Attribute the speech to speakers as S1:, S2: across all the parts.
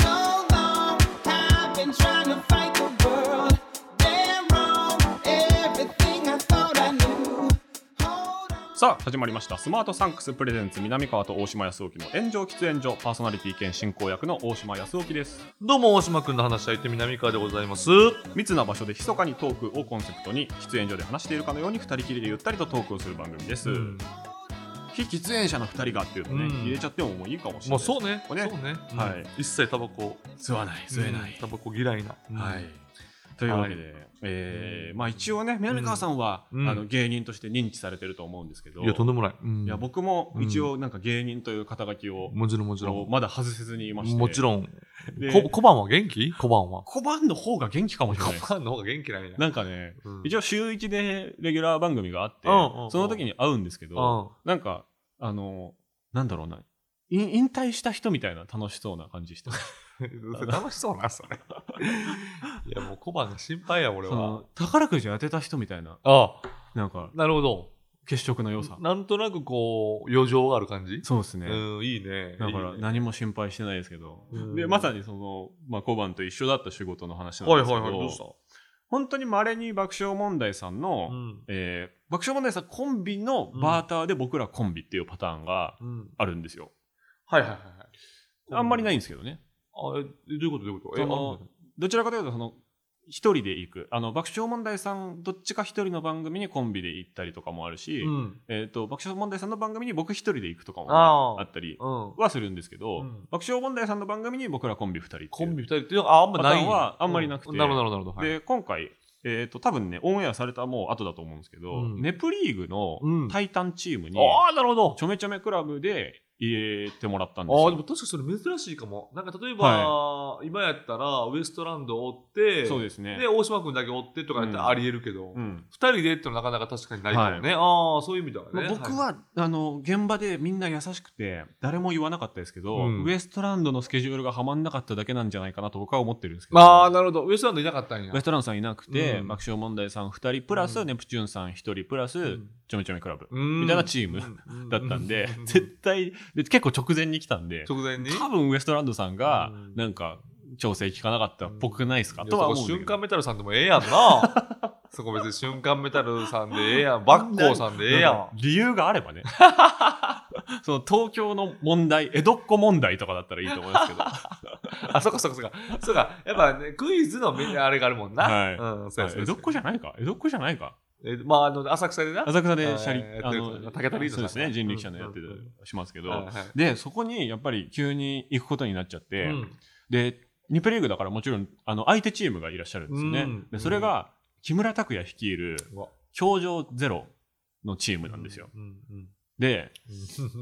S1: So long, I've been trying to fight the world. Damn wrong, everything I thought I knew. Hold on.
S2: さあ、始まりました。スマートサンクスプレゼンツ、南川と大島康沖の炎上喫煙所、パーソナリティ兼進行役の大島康沖です。
S3: どうも、大島くんの話し相手、南川でございます。
S2: 密な場所で密かにトークをコンセプトに、喫煙所で話しているかのように、二人きりでゆったりとトークをする番組です。
S3: うん
S2: 非喫煙者の二人がっていうとね、
S3: うん
S2: 入れちゃってももういいかもしれな
S3: も。
S2: いう
S3: そうね。
S2: これね
S3: そうね。
S2: はい
S3: うん。一切タバコ。
S2: 吸わない、吸えない。
S3: うんタバコ嫌いな。うん
S2: はい。。というわけで、えーまあ一応ね、南川さんは、
S3: うん
S2: あの芸人として認知されてると思うんですけど、
S3: いや、とんでもない。う
S2: い
S3: ん
S2: や僕も一応なんか芸人という肩書きを、
S3: もちろん、もちろん。
S2: まだ外せずにいまして、
S3: もちろん。
S2: で
S3: こ小判は元気小判は。
S2: 小判の方が元気かもしれない。
S3: 小判の方が元気なんや。
S2: なんかね、
S3: うん
S2: 一応週一でレギュラー番組があって、
S3: うんうんうん
S2: その時に会うんですけど、
S3: うん
S2: なんか、あの、なんだろうな、い引退した人みたいな楽しそうな感じ してます、
S3: 楽しそうな、それ。 いや、もう小判が心配や、俺
S2: そ
S3: は。
S2: の宝くじ当てた人みたいな、
S3: あ
S2: なんか
S3: なるほど。
S2: 血色の良さ。
S3: なんとなくこう、余剰がある感じ
S2: そうですね。
S3: うん、いいね。
S2: だから
S3: いいね
S2: 何も心配してないですけど
S3: うん、
S2: でまさにその、まあ、小判と一緒だった仕事の話なん
S3: はい
S2: ですけ
S3: は
S2: ど、
S3: いはい、どうした
S2: 本当にまれに爆笑問題さんの、
S3: うん。
S2: えー爆笑問題さんコンビのバーターで僕らコンビっていうパターンが
S3: うん。
S2: あるんですよ。
S3: はいはいはいはい。。
S2: あんまりないいんですけどね。
S3: あ、えどういうことどういうこと
S2: そ
S3: え、あん
S2: の
S3: の
S2: どちらかというとその一人で行くあの爆笑問題さんどっちか一人の番組にコンビで行ったりとかもあるし、
S3: うん。
S2: えー、と爆笑問題さんの番組に僕一人で行くとか
S3: あ
S2: も
S3: ー
S2: あったり
S3: うん。
S2: はするんですけど、
S3: うん
S2: 爆笑問題さんの番組に僕らコンビ二人っていう
S3: コンビ二人っていうのはああんまない
S2: パターンはあんまりなくて
S3: うなるほど、なるほど。はい
S2: で今回、えー、と多分ねオンエアされたもう後だと思うんですけど、
S3: うん
S2: ネプリーグの
S3: うん
S2: タイタンチームに、
S3: ああ、なるほど。
S2: ちょめちょめクラブで入れてもらったんです
S3: ああ、
S2: よ
S3: でも。確かにそれ珍しいかも。なんか例えば、今やったらウエストランドを追って、
S2: そうですね
S3: で、大島君だけ追ってとかやったらありえるけど、
S2: う
S3: 二
S2: ん
S3: 人でってのはなかなか確かにないかもね。ああ、そういう意味では
S2: ま
S3: ね。
S2: あ僕は、あの現場でみんな優しくて誰も言わなかったですけど、
S3: うん
S2: ウエストランドのスケジュールがはまんなかっただけなんじゃないかなと僕は思ってるんですけど
S3: ああ、なるほど。ウエストランドいなかったんや。
S2: ウエストランドさんいなくて、
S3: うん
S2: 爆笑問題さん2人プラス、
S3: うん
S2: ネプチューンさん1人プラス、
S3: うん
S2: ちょめちょめクラブ
S3: み
S2: みたいなチームだったんで、絶対で結構直前に来たんで
S3: 直前に
S2: 多分ウエストランドさんが
S3: うん
S2: なんか調整聞かなかったっぽくないですか、
S3: いや
S2: とは
S3: そこ
S2: 思うんだけ
S3: 瞬
S2: ど
S3: 間メタルさんでもええやんな そこ別に瞬間メタルさんでええやんバッコーさんでええやん
S2: 理由があれ ばねその東京の問題江戸っ子問題とかだったらいいと思い ますけど
S3: あそこそこそこそうかやっぱねクイズのみあれがあるもんな、
S2: はい
S3: うん、そうやそう
S2: 江
S3: や
S2: 戸っ子じゃないか江戸っ子じゃないか
S3: えまああの浅草でな
S2: 浅草でシャリ、
S3: えーやってる
S2: あの
S3: 竹田リー
S2: そ
S3: ドさ
S2: うんですね人力車のやって
S3: うんうん
S2: たしますけど、
S3: はいはい
S2: でそこにやっぱり急に行くことになっちゃって、
S3: うん
S2: でニプリーグだからもちろんあの相手チームがいらっしゃるんですよね、
S3: うん
S2: でそれが木村拓哉率いる
S3: うわ
S2: 表情ゼロのチームなんですよ、
S3: うんうん
S2: で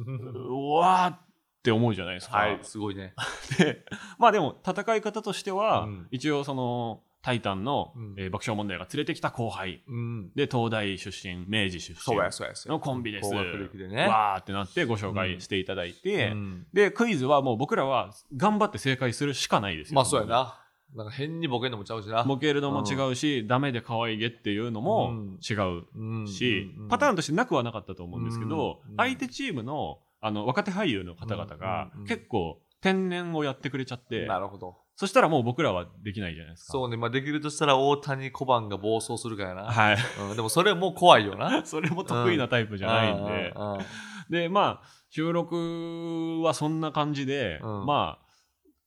S3: うん
S2: うわーって思うじゃないですか、
S3: はいすごいね
S2: でまあでも戦い方としては、
S3: うん
S2: 一応その「タイタンの」
S3: うん
S2: えー爆笑問題が連れてきた後輩
S3: うん
S2: で東大出身明治出身
S3: そうやそうやそうや
S2: のコンビです。
S3: 高学歴でね
S2: わーってなってご紹介していただいて、
S3: うん
S2: で、クイズはもう僕らは頑張って正解するしかないですよ。
S3: まあそうや。ななんか変にボケんのもちゃうしな
S2: ボケるのも違うし、ダメで可愛げっていうのも違う
S3: うん
S2: し、
S3: うんうん
S2: パターンとしてなくはなかったと思うんですけど、
S3: うん
S2: 相手チームのあの若手俳優の方々が
S3: うんうんうん
S2: 結構天然をやってくれちゃって、
S3: なるほど
S2: そしたらもう僕らはできないじゃないですか。
S3: そうね、まあ、できるとしたら大谷小判が暴走するからな、
S2: はい。
S3: うん、でもそれも怖いよな
S2: それも得意なタイプじゃないんで。
S3: うんうんうん
S2: でまあ収録はそんな感じで、
S3: うん
S2: まあ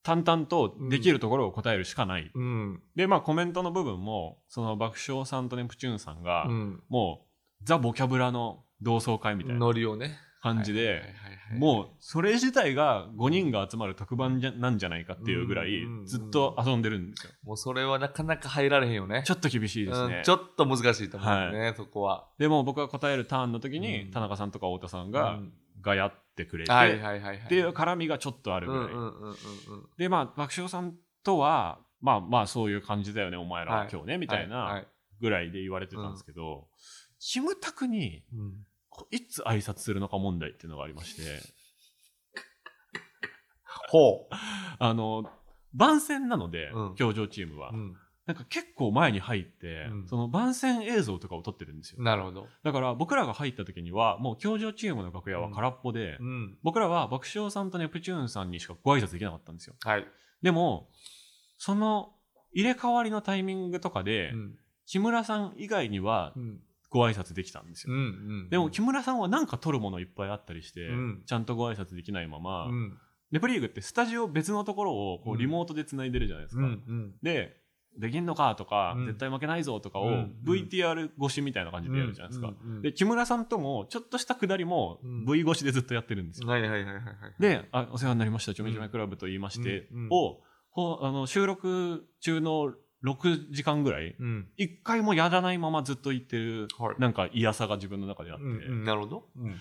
S2: 淡々とできるところを答えるしかない、
S3: うん
S2: でまあコメントの部分もその爆笑さんとネプチューンさんが、
S3: うん、
S2: もうザ・ボキャブラの同窓会みたいな
S3: ノリをね
S2: 感じで、
S3: はいはいはいはい
S2: もうそれ自体が5人が集まる特番じゃなんじゃないかっていうぐらい
S3: うん
S2: ずっと遊んでるんですよ、
S3: もうそれはなかなか入られへんよね
S2: ちょっと厳しいですね、
S3: うん、ちょっと難しいと思うよね、そこは
S2: でも僕が答えるターンの時に、
S3: うん
S2: 田中さんとか太田さんが、
S3: うん
S2: がやってくれて、
S3: はいはいはいはい
S2: っていう絡みがちょっとある
S3: う
S2: ぐらい、
S3: んうんうんうんうん
S2: でまあ爆笑さんとはまあまあそういう感じだよねお前ら
S3: は
S2: はい今日ね、みたい
S3: はは
S2: なぐらいで言われてたんですけど、キムタクに
S3: うん
S2: こういつ挨拶するのか問題っていうのがありまして
S3: ほ
S2: あの番宣なので、
S3: うん
S2: 教場チームは、
S3: う、うん。
S2: なんか結構前に入って、
S3: うん
S2: その番宣映像とかを撮ってるんですよ
S3: なるほど。
S2: だから僕らが入った時にはもう教場チームの楽屋は空っぽで、
S3: うん。
S2: 僕らは爆笑さんとネプチューンさんにしかご挨拶できなかったんですよ
S3: はい。
S2: でもその入れ替わりのタイミングとかで、
S3: うん。
S2: 木村さん以外には
S3: うん。
S2: ご挨拶できたんです
S3: う
S2: よ、
S3: んうん。
S2: でも木村さんはなんか撮るものいっぱいあったりして、
S3: うん
S2: ちゃんとご挨拶できないまま、
S3: うん。
S2: ネプリーグってスタジオ別のところをこ
S3: う
S2: うんリモートでつないでるじゃないです
S3: う
S2: か、
S3: ん。うん。
S2: でできんのかとか、
S3: うん
S2: 絶対負けないぞとかを
S3: うん
S2: VTR 越しみたいな感じでやるじゃないですか、
S3: うん。うん
S2: で、木村さんともちょっとしたくだりも
S3: うん
S2: V 越しでずっとやってるんですよ、
S3: はいはいはいはいはい。
S2: であ「お世話になりましたちょめちょめクラブと言いまして」
S3: うんうん
S2: をほあの収録中の6時間ぐらい
S3: うん。
S2: 一回もやらないままずっと言ってる、
S3: はい
S2: なんか嫌さが自分の中であって、
S3: うんうん。なるほど。うんうん。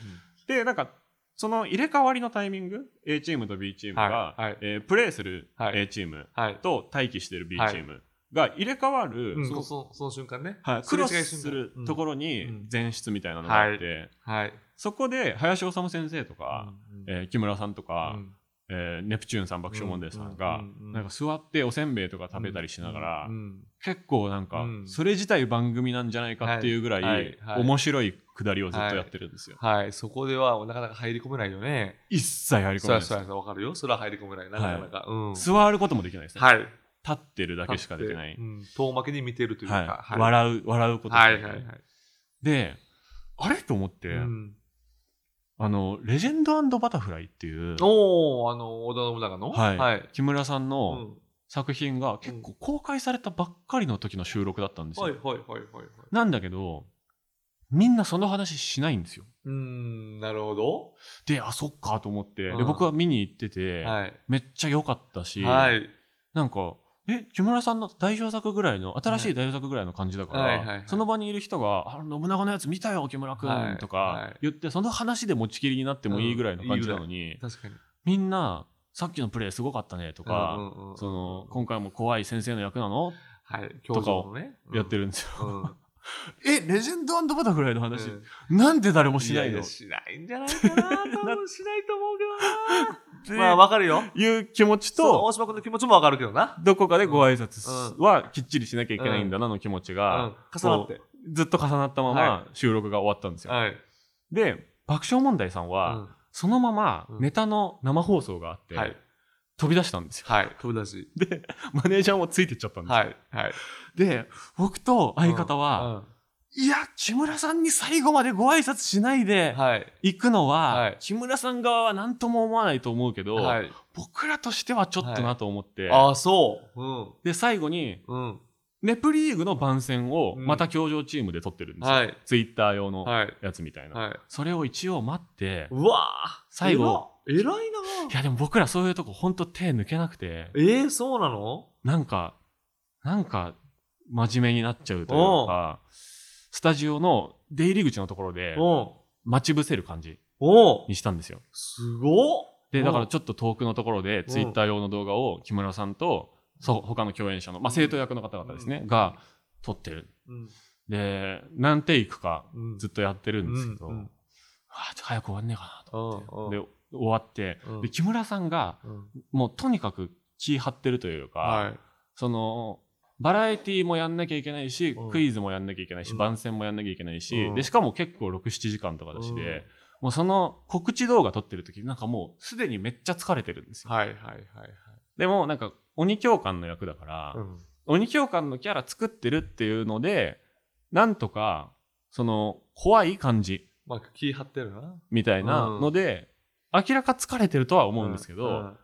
S2: でなんかその入れ替わりのタイミング A チームと B チームが、
S3: はいはい
S2: えープレーする
S3: はい
S2: A チーム
S3: はい。
S2: と待機してる B チームが入れ替わる、
S3: うん
S2: その
S3: そそその瞬間ね。
S2: はい、
S3: す
S2: ク
S3: れ
S2: ロ
S3: 違い瞬間
S2: スするところ
S3: うんう
S2: に
S3: ん
S2: 前室みたいなのがあって、
S3: はい。
S2: そこで林修先生とか、
S3: うん
S2: えー木村さんとか、
S3: うん
S2: えーネプチューンさん爆笑問題さんが、
S3: うんうんうん
S2: なんか座っておせんべいとか食べたりしながら、
S3: うん
S2: 結構なんか、
S3: うん
S2: それ自体番組なんじゃないかっていうぐらい、
S3: はいはいはい
S2: 面白いくだりをずっとやってるんですよ、
S3: はい、そこではなかなか入り込めないよね。
S2: 一切入り込
S3: そ
S2: めな
S3: り
S2: い
S3: ゃ
S2: です
S3: そうやわかるよ。それは入り込めない。なかなか。うん。
S2: 座ることもできないですね、
S3: はい。
S2: 立ってるだけしかできない、
S3: うん遠巻きに見てるという
S2: はい
S3: か。はい
S2: 笑う笑うこともでき
S3: は
S2: ないい
S3: はいはい。
S2: であれと思って、
S3: うん
S2: あのレジェンドバタフライっていう
S3: おおあの、織田信長の
S2: はい
S3: はい。
S2: 木村さん
S3: うん
S2: の作品が結構公開されたばっかりの時の収録だったんですよ、
S3: はいはいはいはいはい。
S2: なんだけどみんなその話しないんですよ
S3: うん、なるほど。
S2: であそっかと思って、
S3: う
S2: で
S3: ん
S2: 僕は見に行ってて、
S3: はい。
S2: めっちゃ良かったし、
S3: はい。
S2: なんかえ木村さんの代表作ぐらいの新しい代表作ぐらいの感じだから、
S3: はいはいはい
S2: その場にいる人が「あ信長のやつ見たよ木村
S3: は
S2: 君」
S3: い
S2: と
S3: は
S2: か
S3: い
S2: 言って、その話で持ちきりになってもいいぐらいの感じなのに、
S3: 確かに。
S2: みんな「さっきのプレーすごかったね」とか、
S3: うんうんうん
S2: その「今回も怖い先生の役なの?
S3: はい。教授のね」。
S2: やって
S3: る。
S2: るんですよ。
S3: うん。
S2: えレジェンドバタフライの話、
S3: うん
S2: なんで誰もしないの
S3: ややしないんじゃない かな。多分しないと思うけどな。まあ、
S2: っ
S3: わかるよ。
S2: ていう気持ち
S3: そう、
S2: と
S3: 大島君の気持ちもわかるけどな。
S2: どこかでご挨拶
S3: うん
S2: はきっちりしなきゃいけないんだなの気持ち
S3: う
S2: が、
S3: ん。重なって。
S2: ずっと重なったま
S3: は
S2: ま収録が終わったんですよ。
S3: はい。
S2: で爆笑問題さんは、
S3: は
S2: そのまま
S3: うん
S2: ネタの生放送があって、
S3: い。
S2: 飛び出したんですよ。
S3: はい。飛び出し。
S2: でマネージャーもついてっちゃったんですよ。
S3: はい。はい。
S2: で僕と相方は、
S3: はい
S2: や木村さんに最後までご挨拶しないで
S3: い。はい。
S2: 行くのは、
S3: はい
S2: 木村さん側は何とも思わないと思うけど、
S3: はい。
S2: 僕らとしてはちょっとなと思って、
S3: ああ、そう。うん。
S2: で最後に
S3: うん。
S2: ネプリーグの番宣を
S3: うん
S2: また教場チームで撮ってるんですよ、
S3: はい。
S2: ツイッター用の
S3: はい。
S2: やつみたいな、
S3: はい。
S2: それを一応待って
S3: うわあ
S2: 最後。
S3: 偉いない
S2: やでも僕らそういうとこほんと手抜けなくて
S3: えー、そうなの
S2: なんかなんか真面目になっちゃうというかスタジオの出入り口のところで
S3: お
S2: 待ち伏せる感じ
S3: うん。おうん。
S2: にしたんですよ
S3: すごっ
S2: でだから
S3: うん
S2: ちょっと遠くのところでツイッター用の動画を木村さんとそう他の共演者の、まあ、生徒役の方々ですね、が撮ってる
S3: うん。
S2: で何テイクか
S3: うん。
S2: ずっとやってるんですけど、
S3: うんうん
S2: あちょっと早く終わんねえかなと思って、
S3: うん
S2: で終わって、
S3: うん
S2: で木村さんが
S3: うん
S2: もうとにかく気張ってるというか、
S3: はい。
S2: そのバラエティもやんなきゃいけないし、
S3: うん
S2: クイズもやんなきゃいけないし、
S3: うん
S2: 番宣もやんなきゃいけないし、
S3: うん
S2: でしかも結構67時間とかだしで、
S3: うん
S2: もうその告知動画撮ってる時なんかもうすでにめっちゃ疲れてるんですよ、
S3: はいはいはいはい。
S2: でもなんか鬼教官の役だから、
S3: うん。
S2: 鬼教官のキャラ作ってるっていうのでなんとかその怖い感じ
S3: まあ、気張ってるな。
S2: みたいなので、明らか疲れてるとは思うんですけど、
S3: うん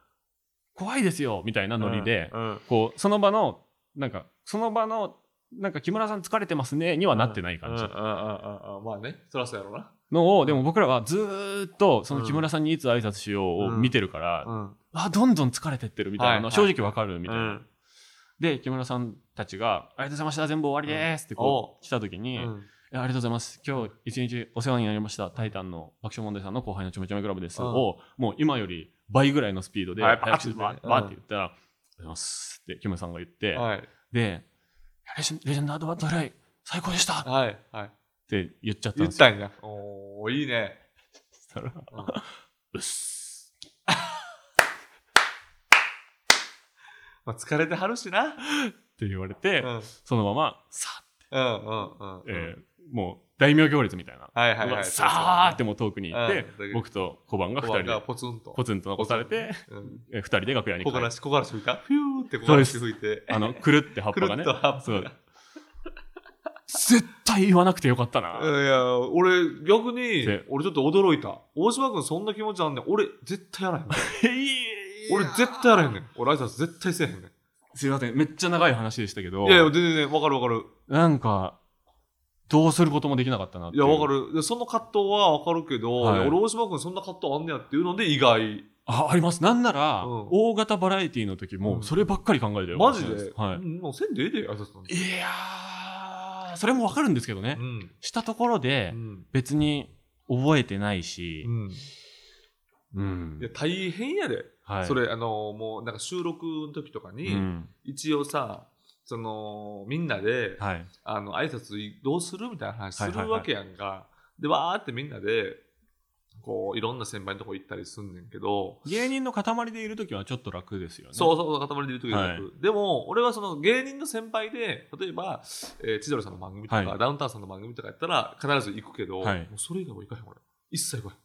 S2: 怖いですよみたいなノリで、
S3: うん。
S2: こうその場のなんかその場のなんか木村さん疲れてますねにはなってない感じ
S3: うんうんうんうんうんまあね、そらそうやろうな。
S2: のをでも僕らはずーっとその木村さんにいつ挨拶しようを見てるから、
S3: うん。
S2: あどんどん疲れてってるみたいなのは
S3: はい
S2: 正
S3: はい
S2: 直わかるみたいな、
S3: うん
S2: で木村さんたちが「ありがとうございました全部終わりです」ってこ
S3: お
S2: う来た時に、
S3: うん
S2: いやありがとうございます。今日一日お世話になりました。タイタンの爆笑問題さんの後輩のちょめちょめクラブです。
S3: うん
S2: を、もう今より倍ぐらいのスピードで、
S3: はい
S2: 早口で
S3: パー
S2: バー
S3: ッ
S2: ッ
S3: てね
S2: バーッて言ったら、ありがとうございますってキムさんが言って、
S3: はい。
S2: で、レジェンレジェンドアドバトフライ、最高でしたっ
S3: はい。はい。
S2: て言っちゃったん
S3: 言
S2: で
S3: っ
S2: すよ。
S3: たんや。おおいいね。
S2: そしたら、
S3: うん
S2: うっす。
S3: まあ、疲れてはるしな。
S2: て言われ
S3: う
S2: て、
S3: ん。うん
S2: そのまま、さ、
S3: うんうん。
S2: えーもう大名行列みたいな。
S3: はいはいはい。
S2: さーってもう遠くに行って、
S3: うん
S2: 僕と小判が2
S3: 小
S2: 人
S3: 判が
S2: で
S3: ポツンと。
S2: ポツンと残されて、
S3: うん
S2: えー2人で楽屋に帰
S3: 木枯
S2: る
S3: らし、木枯らし吹いたフューって木枯らし吹いて。
S2: あの、くるって葉っ
S3: く
S2: ぱ
S3: る
S2: がね
S3: っと。葉っぱ
S2: そう
S3: が。
S2: 絶対言わなくてよかったな。
S3: いや、俺、逆に
S2: で、
S3: 俺ちょっと驚いた。大島君そんな気持ちあんねん。俺、絶対やらへん。
S2: 俺
S3: 俺、絶対やらへんねん。俺、挨拶絶対せえへんね
S2: すいません、めっちゃ長い話でしたけど、
S3: ん。いやいや、全然ね、わかるわかる。
S2: なんか、どうすることもできなかったなって
S3: いうや、わか。る。でその葛藤はわかるけど、
S2: はい
S3: 俺、大島君そんな葛藤あんねやっていうので意外。
S2: あ、あります。なんなら、
S3: うん
S2: 大型バラエティの時
S3: う
S2: も、
S3: ん
S2: そればっかり考えてる、
S3: マジで。
S2: は
S3: うんもうせんでええで、挨拶なんて
S2: い。いやー、それもわかるんですけどね
S3: う。ん。
S2: したところで、
S3: うん。
S2: 別に覚えてないし
S3: う、ん。
S2: うん
S3: いや、大変やで。
S2: はい。
S3: それ、あの、もう、なんか収録の時とか
S2: う
S3: に、
S2: ん、
S3: 一応さ、その、みんなで、
S2: はい。
S3: あの挨拶どうするみたいな話す
S2: はいはいはい
S3: るわけやんか、でわーってみんなでこういろんな先輩のとこ行ったりすんねんけど、
S2: 芸人の塊でいる時はちょっと楽ですよね。
S3: そうそうそう塊で言うとき
S2: はい
S3: でも俺はその芸人の先輩で例えば、えー千鳥さんの番組とか、
S2: はい
S3: ダウンタウンさんの番組とかやったら必ず行くけど、
S2: はい
S3: もうそれ以外は行かへん俺一切行か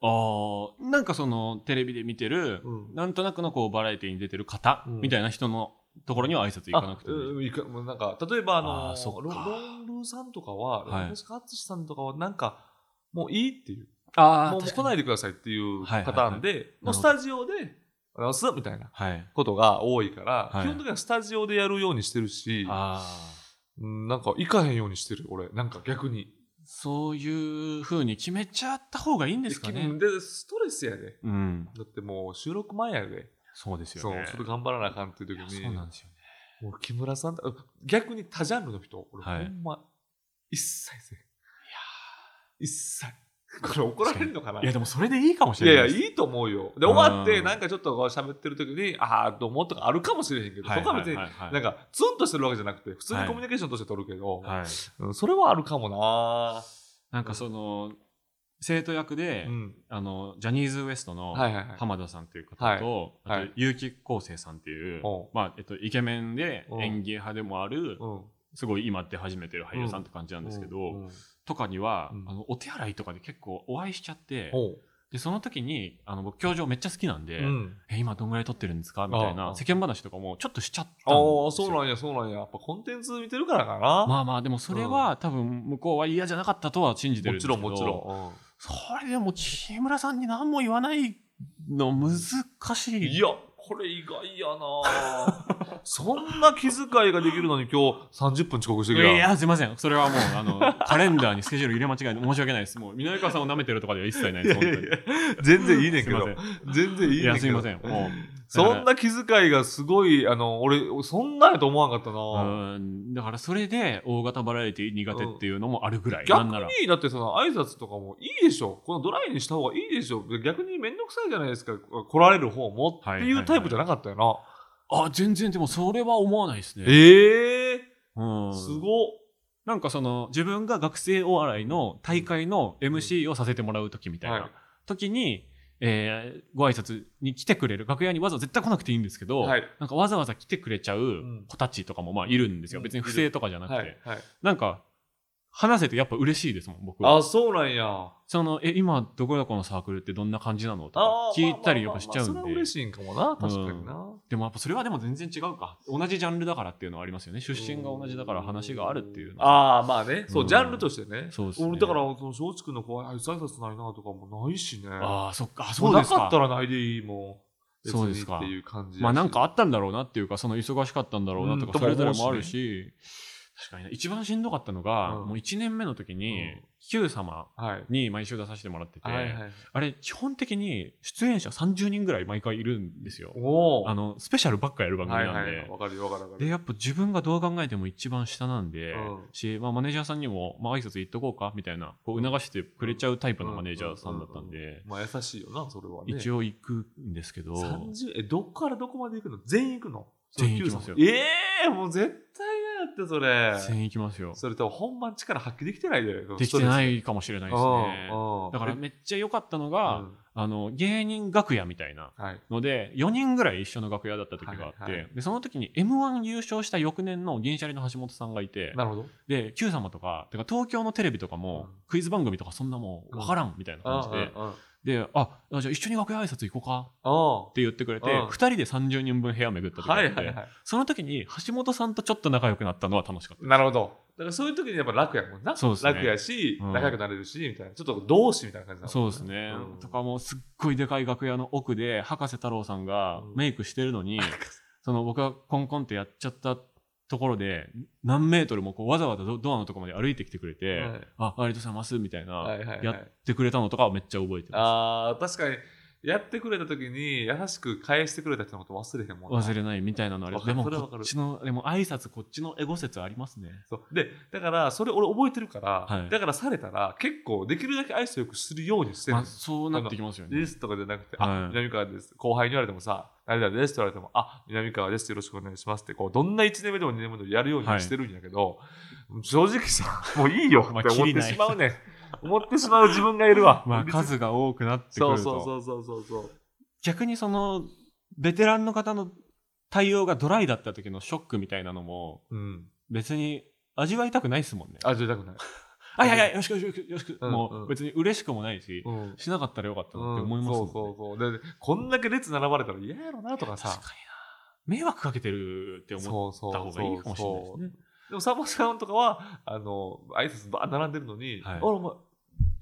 S2: ああ、なんかそのテレビで見てる、
S3: へん、うん
S2: なんとなくのこうバラエティに出てる方、
S3: うん
S2: みたいな人のところには挨拶行かなくて
S3: あ
S2: もいい。
S3: うん行かもうなんか例えばあの
S2: あーそっか
S3: ロンロンルーさんとか
S2: は
S3: は、
S2: い
S3: ロンローさん淳さんとかはなんかもういいっていう
S2: あ
S3: もうもう来ないでくださいっていう
S2: はいはい
S3: パ
S2: はい
S3: ターンで、もうスタジオで、あのすみたいな
S2: はい。
S3: ことが多いから、
S2: はい
S3: 基本的にはスタジオでやるようにしてるし、
S2: ああ、
S3: うんなんか行かへんようにしてる、俺、なんか逆に。
S2: そういう風に決めちゃった方がいいんですかね。
S3: で、ストレスやで。
S2: うん。
S3: だってもう収録前やで、
S2: そうです
S3: そ
S2: よ
S3: う
S2: ね。
S3: ちょっと頑張らなあかんっていう
S2: いや
S3: 時
S2: そう
S3: に、
S2: なんですよね。
S3: もう木村さんと、逆に他ジャンルの人、俺、
S2: はい
S3: ほんま、一切せん。いや一切。これ怒られるのかない
S2: や、でもそれでいいかもし
S3: い
S2: れ
S3: やい
S2: な
S3: や、
S2: いです。
S3: いいと思うよ。で、
S2: うん
S3: 終わって、なんかちょっとこう喋ってる時に、ああ、どうもとかあるかもしれへんけど、そこは別に、
S2: はいはい
S3: なんか、ツンとしてるわけじゃなくて、普通
S2: は
S3: に
S2: い
S3: コミュニケーションとして取るけど、
S2: はい。
S3: うんそれはあるかもな
S2: なんかその、生徒役で、
S3: うん。
S2: あの、ジャニーズ WEST の
S3: はいはいはい。
S2: 浜田さんという方と、
S3: はい
S2: あと結城康生さんっていう、
S3: おう
S2: まあ、えっと、イケメンで
S3: うん
S2: 演技派でもある、
S3: うん。
S2: すごい今出始めてる俳優さんって感じなんですけど、
S3: うん、うん
S2: とかには、
S3: うん
S2: あのお手洗いとかで結構お会いしちゃって、
S3: おう
S2: でその時にあの僕教授めっちゃ好きなんで、
S3: うん。
S2: え今どんぐらい撮ってるんですかみたい
S3: あ
S2: な
S3: あ
S2: 世間話とかもちょっとしちゃったんです
S3: あ
S2: よ
S3: あ、そうなんや、そうなんや。やっぱコンテンツ見てるからかな。
S2: まあまあでもそれは、多分向こうは嫌じゃなかったとは信じてるん
S3: も
S2: です
S3: ち
S2: けど
S3: ろん、もちろ
S2: それでも木村さんに何も言わないの難し
S3: ん。
S2: い
S3: いや、これ意外やなそんな気遣いができるのに今日30分遅刻してきた。
S2: いやすいませんそれはもうあの カレンダーにスケジュール入れ間違えて申し訳ないですもう南川さんを舐めてるとかでは一切ないです
S3: いや
S2: 本当
S3: い
S2: に
S3: や全然いいねん
S2: す
S3: け
S2: いま
S3: ど
S2: せん。
S3: 全然いいねんけ
S2: い
S3: ど。
S2: やすいませんもう
S3: そんな気遣いがすごい、あの、俺、そんなんやと思わなかったな。
S2: うんだからそれで大型バラエティ苦手っていうのもあるぐらい、
S3: 逆
S2: なんなら
S3: に、だってその挨拶とかもいいでしょ。このドライにした方がいいでしょ。逆に面倒くさいじゃないですか。来られる方もって
S2: はい
S3: いうタイプじゃなかったよな。
S2: あ全然でもそれは思わないですね、
S3: ええ
S2: うん、
S3: すごっ。
S2: なんかその自分が学生お笑いの大会の MC をさせてもらう時みたい
S3: はい
S2: な時に、えーご挨拶に来てくれる楽屋にわざわざ絶対来なくていいんですけど、
S3: はい
S2: なんかわざわざ来てくれちゃうん子たちとかもまあいるんですよ、
S3: うん
S2: 別に不正とかじゃなくて、
S3: はい。はい。
S2: なんか話せてやっぱ嬉しいですもん僕は
S3: あ、そうなんや。あ
S2: そのえ今どこどこのサークルってどんな感じなのとか
S3: あー。
S2: 聞いたりよくしちゃうんで、
S3: まあまあまあそれは嬉しいんかもな。確かにな。
S2: でもやっぱそれはでも全然違うか同じジャンルだからっていうのはありますよね出身が同じだから話があるっていうのは
S3: ああまあねそう、
S2: うん
S3: ジャンルとしてね
S2: そうっすね
S3: 俺だからその松竹の怖い挨拶ないなとかもないしね
S2: あーそっかあ
S3: そ
S2: そうう
S3: な
S2: です
S3: か
S2: か
S3: ったらないでいいもん
S2: そうですか
S3: 別にっていう感じやし
S2: まあなんかあったんだろうなっていうかその忙しかったんだろうなと
S3: うんと
S2: か
S3: も
S2: そ
S3: 思う
S2: れ
S3: し
S2: ぞれもあるし確かにね一番しんどかったのが
S3: うん
S2: もう1年目の時に
S3: うん
S2: Q 様
S3: はい
S2: に毎週出させてもらってて
S3: はいはい
S2: あれ基本的に出演者30人ぐらい毎回いるんですよ
S3: おお
S2: あのスペシャルばっかやる番組
S3: はい
S2: な
S3: は
S2: ん
S3: いはい
S2: で
S3: わかるよわかるわか
S2: で
S3: る
S2: やっぱ自分がどう考えても一番下なんで、
S3: うん
S2: し、まあ、マネージャーさんにも、まあ挨拶行っとこうかみたいなこう促してくれちゃうタイプのマネージャーさんだったん
S3: うう
S2: で
S3: う、まあ優しいよなそれはね
S2: 一応行くんですけど
S3: 30えどっからどこまで行くの全員行くの
S2: 全員いきますよ
S3: ええー、もう絶対嫌だって、それ。
S2: 全員いきますよ
S3: それと本番力発揮できてないじゃない
S2: できて
S3: い
S2: ないかもしれないですねだから
S3: うん
S2: めっちゃ良かったのが、あの芸人楽屋みたいな
S3: はい。
S2: ので4人ぐらい一緒の楽屋だった時があって、
S3: はいはい
S2: でその時に m 1優勝した翌年の銀シャリの橋本さんがいて
S3: なるほど。
S2: で Q 様とかてか東京のテレビとかも、
S3: うん
S2: クイズ番組とかそんなもう分からんみたいな感じで、
S3: あ
S2: であじゃあ一緒に楽屋挨拶行こうか
S3: あは
S2: って言ってくれて、
S3: うん
S2: 2人で30人分部屋巡った時があっ
S3: い
S2: て、
S3: はいはい。
S2: その時に橋本さんとちょっと仲良くなったのは楽しかった
S3: なるほど。だからそういう時にやっぱ楽やもんな。
S2: そうですね
S3: 楽やし、
S2: うん
S3: 仲良くなれるし、みたいな。ちょっと同志みたいな感じなの
S2: そうですね、
S3: ん
S2: とかもうすっごいでかい楽屋の奥で博士太郎さんが
S3: うん
S2: メイクしてるのに、その僕がコンコンってやっちゃったところで何メートルもこうわざわざドドアのとこまで歩いてきてくれて「
S3: は
S2: あ
S3: い
S2: ありがとうございます」みたいな、
S3: はいはい
S2: や
S3: は
S2: っ
S3: い。
S2: てくれたのとかはめっちゃ覚えてま
S3: ああ、確かに、やってくれた時に優しく返してくれた人のこと忘れへんもんな
S2: す忘れないみたいなのあれ
S3: わか
S2: で
S3: る
S2: も
S3: それはわか
S2: こ
S3: る
S2: っちのでも挨拶こっちのエゴ説ありますね
S3: そうでだからそれ俺覚えてるから、
S2: はい
S3: だからされたら結構できるだけ愛想よくするようにしてる
S2: ま
S3: ん
S2: あ
S3: です、
S2: そうなってきますよね
S3: ですとかじゃなくて、
S2: はい
S3: あ南川です後輩に言われてもさ誰々ですと言われてもあ南川ですよろしくお願いしますってこうどんな1年目でも2年目でもやるようにしてるんやけど、正直さ もういいよって
S2: まあ
S3: 思
S2: 切り
S3: って
S2: ない
S3: しまうねん、思ってしまう自分がいるわ、
S2: まあ
S3: 別に
S2: 数が多くなってく
S3: そ
S2: る
S3: うそう
S2: と
S3: そうそうそうそう
S2: 逆にそのベテランの方の対応がドライだった時のショックみたいなのも
S3: うん
S2: 別に味わいたくないですもんね。
S3: 味わいたくない、
S2: あ、いやいや、よろしくよろしくよろしく、
S3: うん
S2: もう別に嬉しくも ないし、
S3: うん
S2: しなかったらよかったなって思いますもんね。
S3: そうそうそうでこんだけ列並ばれたら嫌やろなとかさ
S2: 確かにな。迷惑かけてるって思っ
S3: そうそう
S2: た方がいいかもしれないです
S3: そう
S2: ね。
S3: でも、サボさんとかは、あの、挨拶ばー並んでるのに、
S2: はい
S3: あら、お前、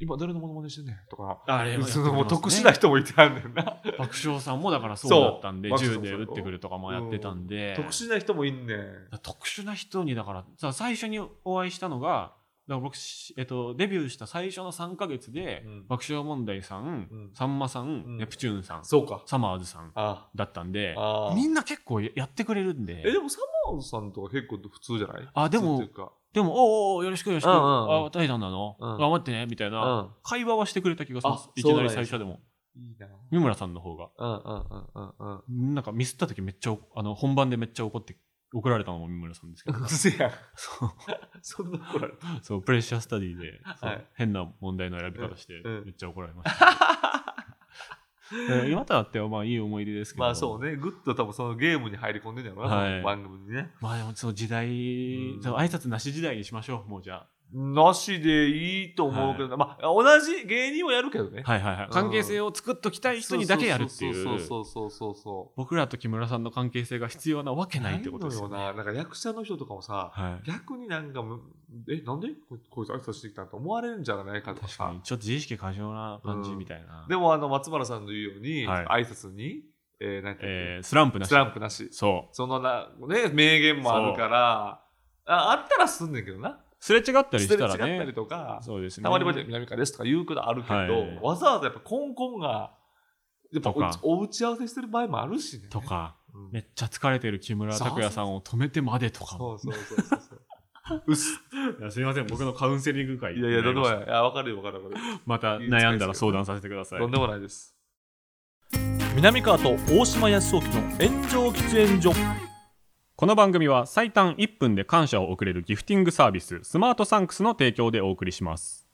S3: 今誰のモノマネしてんねんとか、
S2: あれ
S3: そのもう特殊な人もいてあんねんな。
S2: 爆笑さんもだからそうだったんで、
S3: そう
S2: 銃で撃ってくるとかもやってたんで、
S3: 特殊な人もいんねん。
S2: だから特殊な人にだからさ最初にお会いしたのがだから僕、しえっと、デビューした最初の3か月で、
S3: うん
S2: 爆笑問題さん、
S3: うん
S2: さんまさん、
S3: ん
S2: ネプチューンさん
S3: そうか。
S2: サマーズさん
S3: あ
S2: だったんで
S3: あー
S2: みんな結構ややってくれるんで
S3: え、でも、サモンさんとか結構普通じゃない
S2: あでも
S3: 普通っていうか
S2: でも「おうおうよろしくよろしく」
S3: うんうんうん
S2: あ大胆なの、
S3: うん
S2: 頑張ってね」みたいな、
S3: うん
S2: 会話はしてくれた気がします
S3: あ
S2: いきなり
S3: そうな
S2: 最
S3: んや
S2: 初でも
S3: いいな。
S2: 三村さんの方が
S3: うんうんうんうんうん。
S2: なんかミスった時めっちゃあの本番でめっちゃ怒って怒られたのも三村さんですけど
S3: うせや ん。
S2: そう
S3: そんな怒られた。
S2: そうプレッシャースタディで、そう
S3: はい
S2: 変な問題の選び方して、
S3: うんうん
S2: めっちゃ怒られました、ね今となってはまあいい思い出ですけど
S3: まあそうね、ぐっと多分そのゲームに入り込んでんだろうな、
S2: はい
S3: その番組にね。
S2: まあでもその時代、
S3: うん
S2: その挨拶なし時代にしましょうもうじゃ
S3: なしでいいと思うけど、まあ、同じ芸人をやるけどね
S2: あ。はいはいはい、
S3: ん
S2: 関係性を作っときたい人にだけやるっていう
S3: そうそうそうそうそうそ
S2: 僕らと木村さんの関係性が必要なわけ
S3: う。
S2: ないってことです
S3: な
S2: よ
S3: い
S2: ね
S3: のよな。なんか役者の人とかもさ、
S2: はい
S3: 逆になんかむ、え、なんでここいつ挨拶してきたんと思われるんじゃないかとか
S2: 確か
S3: さ
S2: に。ちょっと自意識過剰な感じみたいな、
S3: でも、あの、松原さんの言うように、
S2: は
S3: 挨拶に、えー、なんていう
S2: えースランプ
S3: の
S2: なし
S3: スランプなし。
S2: そう
S3: そのな、ね、名言もあるから、ああったらすんねんけどな。
S2: すれ違ったり
S3: す
S2: した
S3: れ違っ
S2: ら
S3: たり
S2: ね
S3: とか、
S2: そうですね
S3: たまにまで南川ですとか言うことあるけど、
S2: はい
S3: わざわざやっぱコンコンが、やっぱ
S2: とか
S3: お打ち合わせしてる場合もあるしね。
S2: とか
S3: うん
S2: めっちゃ疲れてる木村拓哉さんを止めてまでとかも
S3: そうそうそうそうそう。うっす。
S2: いやすいません僕のカウンセリング会
S3: いやいや、どんでも
S2: い
S3: ない。いや、わかるよ、わかるわかる。
S2: また悩んだら相談させてください
S3: とんでもないです。
S4: 南川と大島康雄の炎上喫煙所
S2: この番組は最短1分で感謝を送れるギフティングサービススマートサンクスの提供でお送りします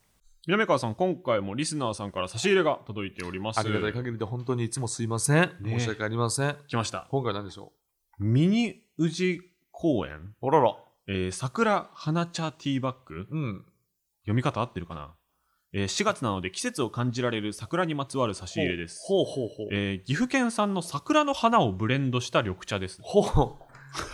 S2: 南川さん今回もリスナーさんから差し入れが届いております
S3: ありがたい限りで本当にいつもすいません。
S2: ね
S3: 申し訳ありません。
S2: 来ました
S3: 今回何でしょ
S2: ミニ宇治公園、
S3: うおらら。
S2: えー、桜花茶ティーバッグ
S3: うん。
S2: 読み方合ってるかな、えー、4月なので季節を感じられる桜にまつわる差し入れです
S3: ほうほうほう。
S2: えー岐阜県産の桜の花をブレンドした緑茶 です。
S3: ほう。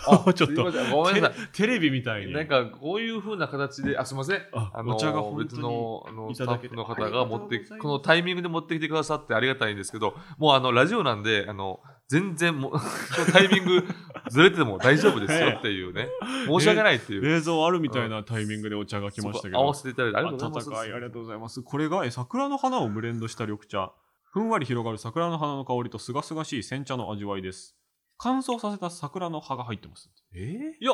S2: あちょっと
S3: すいませんごめんなさい。
S2: テレビみたいに。
S3: なんかこういう風な形で、あ、すみません。
S2: あ
S3: あの
S2: お茶が本当に
S3: 別のあの
S2: い
S3: スタ
S2: ただ
S3: ッ
S2: けて
S3: フの方が持
S2: ありが
S3: って
S2: とうございます
S3: このタイミングで持ってきてくださってありがたいんですけど、もうあのラジオなんで、あの全然もうそのタイミングずれても大丈夫ですよっていう ね、申し訳ないっていう、
S2: 冷蔵あるみたいなタイミングでお茶が来ましたけ
S3: そこ合わ
S2: ど。
S3: せていただいてありがとうございます。
S2: 温かい、ありがとうございます。これがえ桜の花をブレンドした緑茶。ふんわり広がる桜の花の香りとすがすがしい煎茶の味わいです。乾燥させた桜の葉が入ってます。え
S3: いや、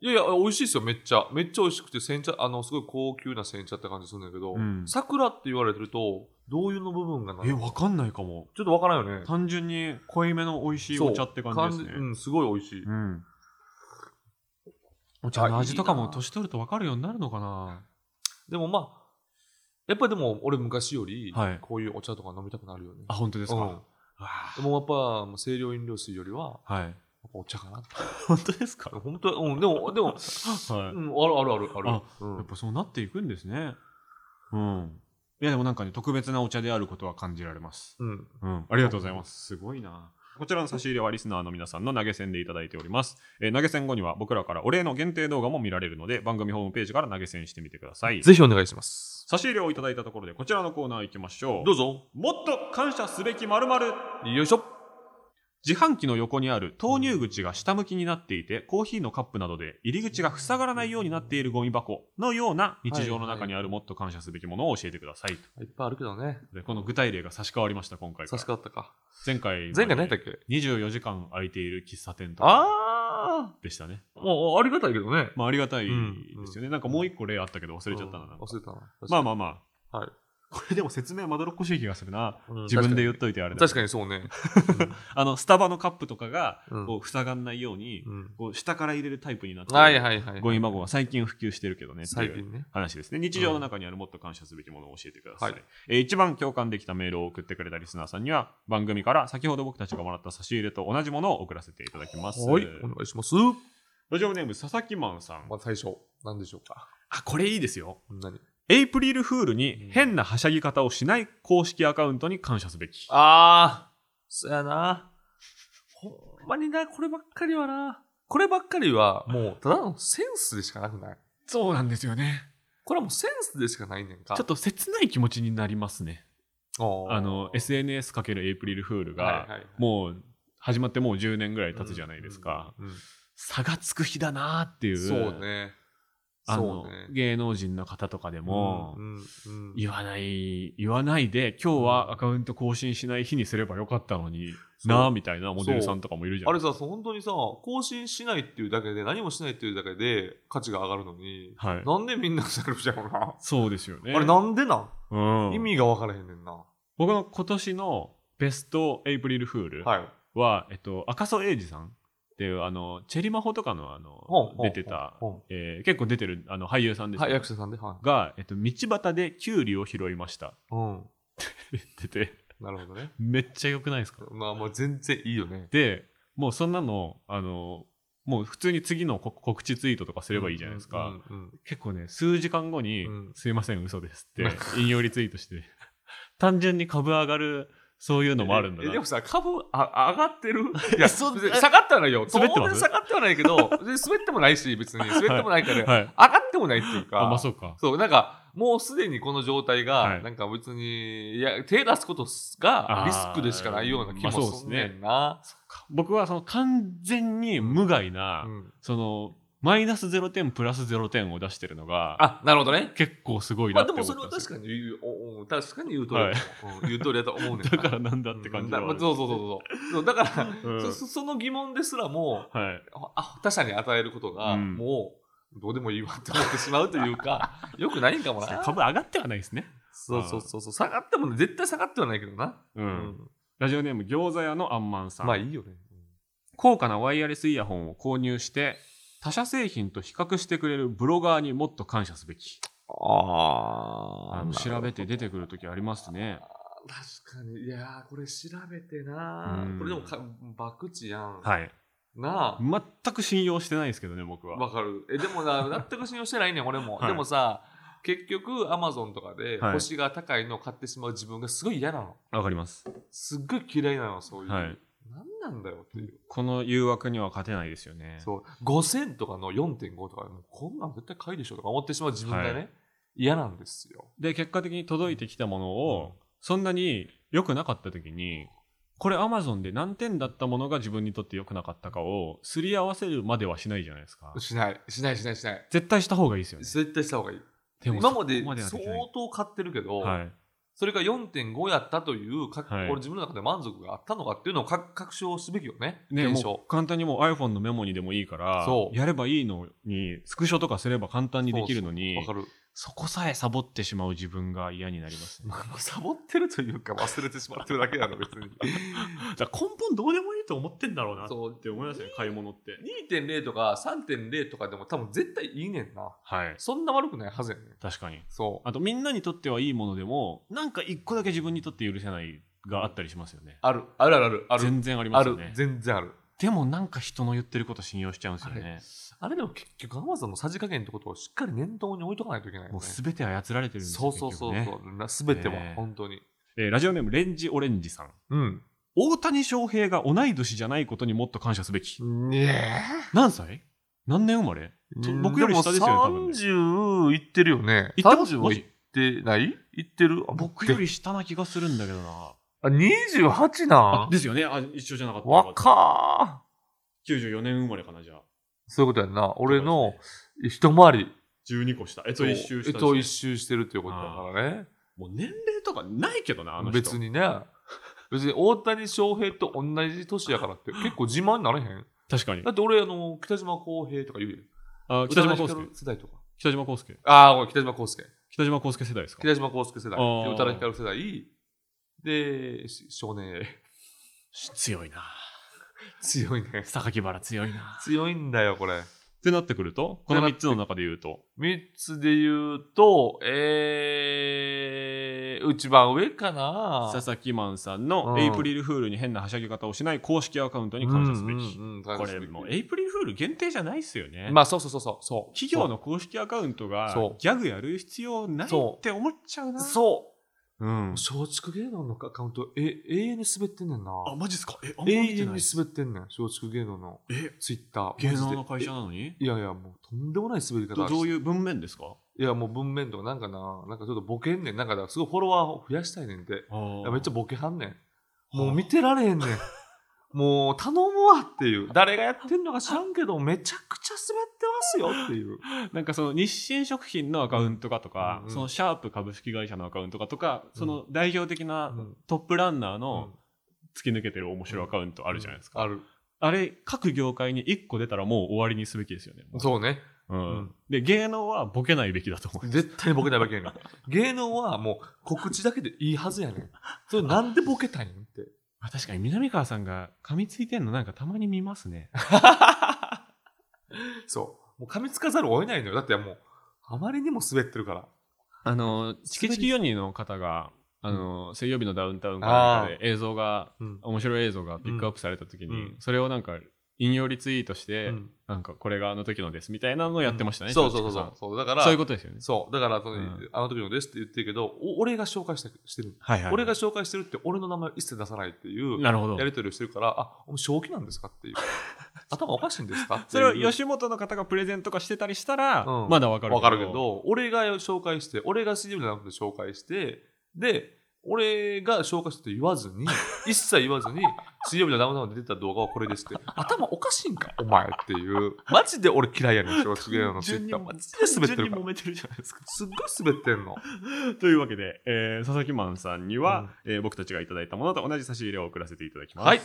S3: いやいや、美味しいですよ、めっちゃ。めっちゃ美味しくて、煎茶、あの、すごい高級な煎茶って感じするんだけど、
S2: うん
S3: 桜って言われてると、どういうの部分がなの
S2: え、わかんないかも。
S3: ちょっとわからんよね。
S2: 単純に濃いめの美味しい
S3: そ
S2: お
S3: う
S2: 茶って感じです
S3: う
S2: ね。
S3: ん、すごい美味しい。
S2: うん。お茶の味とか
S3: あい
S2: も
S3: いな
S2: 年取ると分かるようになるのかな
S3: でもまあ、やっぱりでも俺昔より
S2: はい、
S3: こういうお茶とか飲みたくなるよね。
S2: あ、本当ですか。
S3: うん
S2: わあ
S3: でもやっぱもう清涼飲料水よりは、
S2: はい。
S3: やっぱお茶かな。
S2: 本当ですか
S3: 本当うん、でも、でも、
S2: は
S3: う
S2: い。
S3: ん、あるあるあるある。
S2: あ
S3: うん
S2: やっぱそうなっていくんですね。うん。いや、でもなんかね、特別なお茶であることは感じられます。
S3: うん、
S2: うん、ありがとうございます。すごいな。こちらの差し入れはリスナーの皆さんの投げ銭でいただいております。えー投げ銭後には僕らからお礼の限定動画も見られるので、番組ホームページから投げ銭してみてください。
S3: ぜひお願いします。
S2: 差し入れをいただいたところで、こちらのコーナー行きましょう。
S3: どうぞ。
S2: もっと感謝すべき〇〇
S3: よいしょ。
S2: 自販機の横にある投入口が下向きになっていて、コーヒーのカップなどで入り口が塞がらないようになっているゴミ箱のような日常の中にあるもっと感謝すべきものを教えてくださいと。
S3: いっぱいあるけどね。
S2: でこの具体例が差し替わりました、今回か
S3: 差
S2: ら
S3: し。替わったか。
S2: 前回、
S3: 前回何やったっけ
S2: 24時間空いている喫茶店とか
S3: あ
S2: でしたね。
S3: あもうありがたいけどね。
S2: まあ、ありがたいですよね。なんかもう一個例あったけど忘れちゃったな。
S3: うん忘れたな。
S2: まあまあまあ。
S3: はい
S2: これでも説明まどろっこしい気がするな。
S3: あ、うん
S2: 自分で言っといてあれだけど
S3: 確かにそうね。
S2: あの、スタバのカップとかが、
S3: うん
S2: こう、塞がんないように、
S3: うん
S2: こう、下から入れるタイプになって、
S3: はいはいはい。
S2: ゴミ箱が最近普及してるけどね、って
S3: 最
S2: いう
S3: 近ね。
S2: 話ですね。日常の中にあるもっと感謝すべきものを教えてください。
S3: はい
S2: えー一番共感できたメールを送ってくれたリスナーさんには、番組から先ほど僕たちがもらった差し入れと同じものを送らせていただきます。
S3: はい、お願いします。
S2: ラジオネーム、佐々木マンさん。
S3: まあ最初、何でしょうか。
S2: あ、これいいですよ。
S3: 何
S2: エイプリルフールに変なはしゃぎ方をしない公式アカウントに感謝すべき。
S3: ああ、そやな。ほんまにな、こればっかりはな。こればっかりは、もう、ただのセンスでしかなくない
S2: そうなんですよね。
S3: これはもうセンスでしかないねんか。
S2: ちょっと切ない気持ちになりますね。
S3: と
S2: あの SNS かけるエイプリルフールが、もう始まってもう10年ぐらい経つじゃないですか、。
S3: うんうん
S2: 差がつく日だなーっていう
S3: そうね。
S2: あ
S3: そ
S2: の
S3: うね。
S2: 芸能人の方とかでも、
S3: うんうんうん
S2: 言わない言わないで今日はアカウント更新しない日にすればよかったのに
S3: そう
S2: なーみたいなモデルさんとかもいるじゃ
S3: あ
S2: ない
S3: れ
S2: です
S3: さ、そう本当にさ、更新しないっていうだけで、何もしないっていうだけで価値が上がるのに、
S2: か。はい、
S3: なんでみんなされるじゃろうな。
S2: そうですよね
S3: あれなんでなん、
S2: うん
S3: 意味が分からへんねんな。
S2: 僕の今年のベストエイプリルフールは、
S3: は
S2: え
S3: い。
S2: っと、赤楚衛二さんっていうあのチェリマホとかのあ
S3: ほんほん
S2: の出てた
S3: ほんほ
S2: えー結構出てるあの俳優さんです
S3: ん
S2: よ
S3: はい、
S2: ね、
S3: 役者さんで。は
S2: が、えっと、道端でキュウリを拾いましたっ
S3: い。うん。
S2: て言ってて
S3: なるほどね。
S2: めっちゃ良くないですか
S3: まあ、もう全然いいよね。
S2: でもうそんなのあのもう普通に次のこ告知ツイートとかす
S3: す
S2: ればいいじゃないですか、
S3: うんうん
S2: 結構ね数時間後に「
S3: うん
S2: すいません嘘です」って 引用リツイートして単純に株上がるそういうのもあるんだ
S3: えで
S2: な
S3: もさ、株あ上がって るいや、
S4: そう
S3: 別に下がってはないよ。
S2: 滑ってます
S3: 当然下がってはないけど、で滑ってもないし、別に滑ってもないから、
S2: はい
S3: 上がってもないっていうか、
S2: あまあそうか
S3: そう、なんか、もうすでにこの状態が、
S2: はい
S3: なんか別に、いや、手出すことがリスクでしかないような気
S2: あー
S3: も
S2: まあそうっ
S3: す
S2: す
S3: ん
S2: ね
S3: ねんな。
S2: 僕はその完全に無害な、
S3: うん
S2: そのマイナス0点プラス0点を出してるのが
S3: あ、なるほどね。
S2: 結構すごいな
S3: まあ
S2: っ
S3: で
S2: て思
S3: も
S2: っ
S3: そ
S2: たん
S3: れは
S2: です
S3: 確
S2: よ
S3: かに言う、おお確かに言う通りだと思う、うん言う通りだと思うねんな。
S2: だからなんだって感じは
S3: だ
S2: ある
S3: まあそうそうそうそうそうだから、
S2: うん
S3: そそその疑問ですらも
S2: はい
S3: あ他者に与えることが、
S2: うん
S3: もうどうでもいいわって思ってしまうというか よくないんかもな
S2: 株上がってはないですね、
S3: そうそうそうそう下がってもね絶対下がってはないけどな、
S2: う、
S3: うん
S2: ラジオネーム餃子屋のあんまんさん、
S3: まあいいよね、
S2: 高価なワイヤレスイヤホンを購入して他社製品と比較してくれるブロガーにもっと感謝すべき
S3: あ
S2: あの調べて出てくる時ありますね
S3: 確かにいやーこれ調べてな、
S2: うん
S3: これでもかバクチやん、
S2: はい
S3: なあ
S2: 全く信用してないですけどね僕は
S3: わかるえでも な全く信用してないねん俺も、
S2: はい
S3: でもさ結局アマゾンとかで
S2: はい
S3: 星が高いのを買ってしまう自分がすごい嫌なの
S2: わかります
S3: すっごい嫌いなのそういう、
S2: はい
S3: 何なんだよっていう、
S2: この誘惑には勝てないですよね
S3: そう5000とかの4.5とかもうこんなん絶対買いでしょとか思ってしまう自分がね、
S2: は
S3: 嫌なんですよ
S2: で結果的に届いてきたものをそんなに良くなかった時にこれアマゾンで何点だったものが自分にとって良くなかったかをすり合わせるまではしないじゃないですか
S3: しないしないしないしない
S2: 絶対した方がいいですよね
S3: 絶対した方がいい
S2: でも
S3: 今まで
S2: そこは
S3: 相
S2: きない
S3: 当買ってるけど、
S2: はい
S3: それが4.5やったというか、
S2: はい
S3: これ自分の中で満足があったのかっていうのをか確証すべきよね、
S2: ね、
S3: 検
S2: も
S3: 証
S2: う。簡単にもう iPhone のメモにでもいいから
S3: そう
S2: やればいいのにスクショとかすれば簡単にできるのに
S3: わかる。
S2: そこさえサボってしまう自分が嫌になりますね
S3: まあサボってるというか忘れてしまってるだけなの、別 に。
S2: だから根本どうでもいいと思ってんだろうな
S3: そう
S2: って思いますね買い物って
S3: 2.0とか3.0とかでも多分絶対いいねんな。
S2: はい
S3: そんな悪くないはずやねん。
S2: 確かに
S3: そう。
S2: あとみんなにとってはいいものでもなんか一個だけ自分にとって許せないがあったりしますよね
S3: ある、あるあるある、ある。
S2: 全然ありま
S3: あ
S2: すよ
S3: る
S2: ね
S3: 全然ある。
S2: でもなんか人の言ってること信用しちゃうんですよね
S3: あれでも結局、アマゾンのさじ加減ってことをしっかり念頭に置いとかないといけないよね。
S2: もう全て操られてるんです
S3: そ
S2: よ
S3: うそうそう
S2: 結
S3: そ
S2: 局ね
S3: うな。すべて
S2: ね
S3: は、本当に。
S2: えーラジオネームレンジオレンジさん
S3: うん。
S2: 大谷翔平が同い年じゃないことにもっと感謝すべき。
S3: ねえ。
S2: 何歳何年生まれと僕より下ですよね、多分ね。
S3: 30いってるよね。
S2: いってます
S3: 30
S2: マ
S3: はい
S2: ジ
S3: ってないいってるあ
S2: 僕より下な気がするんだけどな。
S3: あ28な
S2: あですよね。あ、一緒じゃなかった。
S3: 若ー
S2: 94年生まれかな、じゃあ。
S3: そういうことやんな。俺の一回り。
S2: 12個下。えと一周下
S3: え
S2: です
S3: っ
S2: ね、
S3: と一周してるっていうことだからね。
S2: もう年齢とかないけどな、あの人。
S3: 別。にね。別に大谷翔平と同じ年やか らって結構自慢になれへん
S2: 確かに
S3: だ。って俺、あの、北島康平とか言うやん。
S2: あ北島康
S3: 宇多田ヒ
S2: 介。
S3: カル世代とか。
S2: 北島康介。
S3: ああ、これ北島康介。
S2: 北島康介世代ですか
S3: 北島康介世代。
S2: あー
S3: 宇多田ヒカル世代。で、し少年 A。
S2: 強いな。
S3: 強いね。
S2: 榊原強いな。
S3: 強いんだよ、これ。
S2: ってなってくると、この3つの中で言うと、
S3: 3つで言うと、えー、一番上かな。
S2: 佐々木マンさんの
S3: うん
S2: エイプリルフールに変なはしゃぎ方をしない公式アカウントに感謝すべき。
S3: うんうんうん
S2: これもうエイプリルフール限定じゃないっすよね。
S3: まあ、そうそうそうそうそう。
S2: 企業の公式アカウントが
S3: そう
S2: ギャグやる必要ない
S3: そう
S2: って思っちゃうな。。
S3: そう
S2: ん
S3: う。。松竹芸能のアカウント、え、永遠に滑ってんねんな。
S2: あ、マジっすかえ、あんま
S3: 永
S2: 見て
S3: 遠
S2: ない
S3: に。滑ってんねん。松竹芸能の
S2: え、
S3: ツイッター。
S2: 芸能
S3: マ
S2: の会
S3: ジで
S2: 社なのに
S3: えいやいや、もうとんでもない滑り方
S2: どどう
S3: う
S2: いう文面ですか
S3: いや、もう文面とかなんかな、なんかちょっとボケんねん。なんかだ、すごいフォロワーを増やしたいねんて。いやめっちゃボケはんねん。もう見てられへんねん。 もう頼むわっていう。誰がやってんのか知らんけど、めちゃくちゃ滑ってますよっていう。
S2: なんかその日清食品のアカウントかとか、
S3: うんうん
S2: そのシャープ株式会社のアカウントかとか、その代表的な
S3: うん
S2: トップランナーの突き抜けてる面白いアカウントあるじゃないですか。
S3: ある。
S2: あれ、各業界に1個出たらもう終わりにすべきですよね。
S3: そうね。
S2: うん
S3: うん
S2: で、芸能はボケないべきだと思う。
S3: 絶対ボケないわけやねん。芸能はもう告知だけでいいはずやねん。それなんでボケたいんって。
S2: あ確かに南川さんが噛みついてんのなんかたまに見ますね。
S3: そう。もう噛みつかざるを得ないのよ。だってもう、あまりにも滑ってるから。
S2: あ の、チケチキ4人の方が、あの、水曜日のダウンタウンかなんかで映像が、
S3: うん。
S2: 面白い映像がピックアップされた時に、
S3: うん
S2: それをなんか引用リツイートして、
S3: うん
S2: なんかこれがあの時のですみたいなのをやってましたね。
S3: そうそう
S2: チ
S3: そ
S2: ケチ
S3: う
S2: キさん
S3: そう。だから、
S2: そういうことですよね。
S3: そうだからその、
S2: うん
S3: あの時のですって言ってるけど、お俺が紹介したしてる。
S2: はいはい。
S3: 俺が紹介してるって俺の名前を一切出さないっていう。
S2: なるほど
S3: や。り取りをしてるから、あ、お前正気なんですかっていう。頭おかしいんですかって
S2: そ
S3: いう。
S2: れを吉本の方がプレゼントとかしてたりしたら、
S3: うん
S2: まだわかる
S3: わかるけど、俺が紹介して、俺が CM じゃなくて紹介して、で、俺が紹介したと言わずに、一切言わずに、水曜日のダウンタウンで出た動画はこれですって、頭おかしいんか、お前っていう。マジで俺嫌いやねん、松竹芸能のツイ
S2: 順
S3: ッ
S2: に
S3: ター。
S2: も
S3: マジで滑
S2: 順
S3: ってるか
S2: に
S3: ら
S2: 揉。めてるじゃないですか。
S3: すっごい滑ってんの。
S2: というわけで、えー佐々木マンさんには、えー僕たちがいただいたものと同じ差し入れを送らせていただきます。
S3: はい。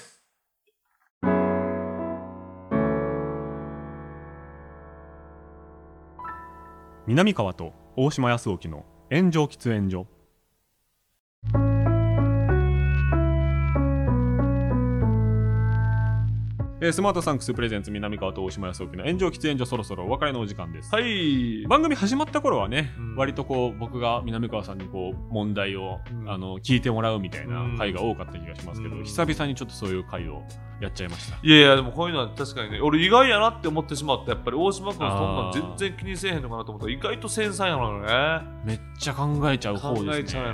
S2: 南川と大島康沖の炎上喫煙所えースマートサンクスプレゼンツ南川と大島康沖の炎上喫煙所そろそろお別れのお時間です、
S3: はい。
S2: 番組始まった頃はね、
S3: うん
S2: 割とこう僕が南川さんにこう問題を、
S3: うん
S2: あの聞いてもらうみたいな回が多かった気がしますけど、
S3: うん
S2: 久々にちょっとそういう回をやっちゃいました
S3: いやいや、でもこういうのは確かにね、俺意外やなって思ってしまった。やっぱり大島君そんなん
S2: あー
S3: 全然気にせえへんのかなと思ったら、意外と繊細なのよね。
S2: めっちゃ考えちゃう方
S3: 考
S2: ですね
S3: えちゃうよ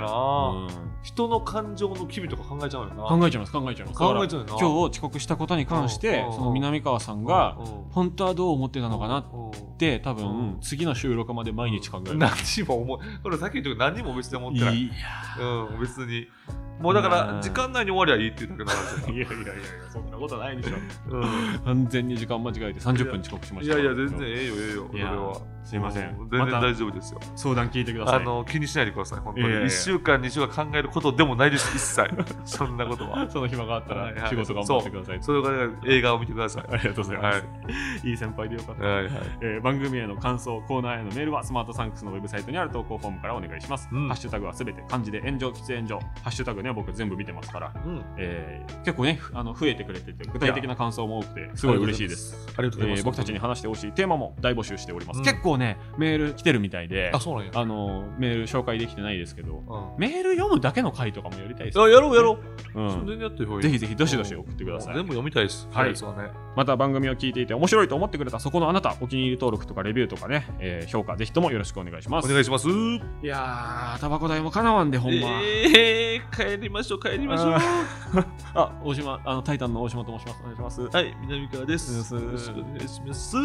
S3: な。
S2: うん
S3: 人の感情の機微とか考えちゃうよな。
S2: 考えちゃいます考えちゃいますだから
S3: 考えちゃうよな
S2: 今日遅刻したことに関して
S3: うん
S2: その南川さんが本当はどう思ってたのかなって多分
S3: うん
S2: 次の収録まで毎日考える
S3: 何にも思うこれさっき言ったけど何にも別に思ってない
S2: いや
S3: うん別にもうだか
S2: ね
S3: ら
S2: え
S3: 時間内に終わりゃいいって言ったけどなんですよ
S2: いやいやいやいや、そんなことないでしょ。
S3: うん
S2: 完全に時間間違えて30分遅刻しま
S3: い
S2: した。
S3: やいや全然ええよええよ
S2: い
S3: 俺
S2: や
S3: は
S2: すいません
S3: う全然
S2: また
S3: 大丈夫ですよ
S2: 相談聞いてください。
S3: あの気にしないでください本当に
S2: いやいやいや
S3: 1週間2週間考えることでもないです 一切そんなことは
S2: その暇があった
S3: はいは
S2: ら
S3: い
S2: 仕事頑張ってください。
S3: それから映画を見てください
S2: ありがとうござい
S3: は
S2: ま
S3: い
S2: す。 いい先輩でよかった。
S3: はいはい
S2: えー番組への感想、コーナーへのメールはスマートサンクスのウェブサイトにある投稿フォームからお願いします。
S3: うん
S2: ハッシュタグはすべて漢字で炎上、喫煙所。ハッシュタグね、僕全部見てますから、
S3: うん
S2: えー結構ね、あの増えてくれてて、具体的な感想も多くて、すごい嬉しいです。
S3: ありがとうござい
S2: え
S3: ます
S2: ー僕たちに話してほしいテーマも大募集しております。
S3: うん
S2: 結構ね、メール来てるみたいで
S3: あ、そうなんや
S2: あのメール紹介できてないですけど、
S3: うん
S2: メール読むだけの回とかもやりたいです、
S3: あやろうやろう
S2: う
S3: 全
S2: ん、
S3: 然やってよ
S2: ぜひぜひどしどし送ってください
S3: 全部読みたいです
S2: はい
S3: やつはね
S2: また番組を聞いていて面白いと思ってくれたそこのあなたお気に入り登録とかレビューとかね、えー評価ぜひともよろしくお願いしま
S3: お
S2: す
S3: 願いします
S2: いやータバコ代もかなわんでほんま、
S3: えー、帰りましょう帰りましょう
S2: ああ大島あのタイタンの大島と申しますお願いします
S3: はい南川です
S2: う
S3: よ
S2: ん
S3: ろしくお願いします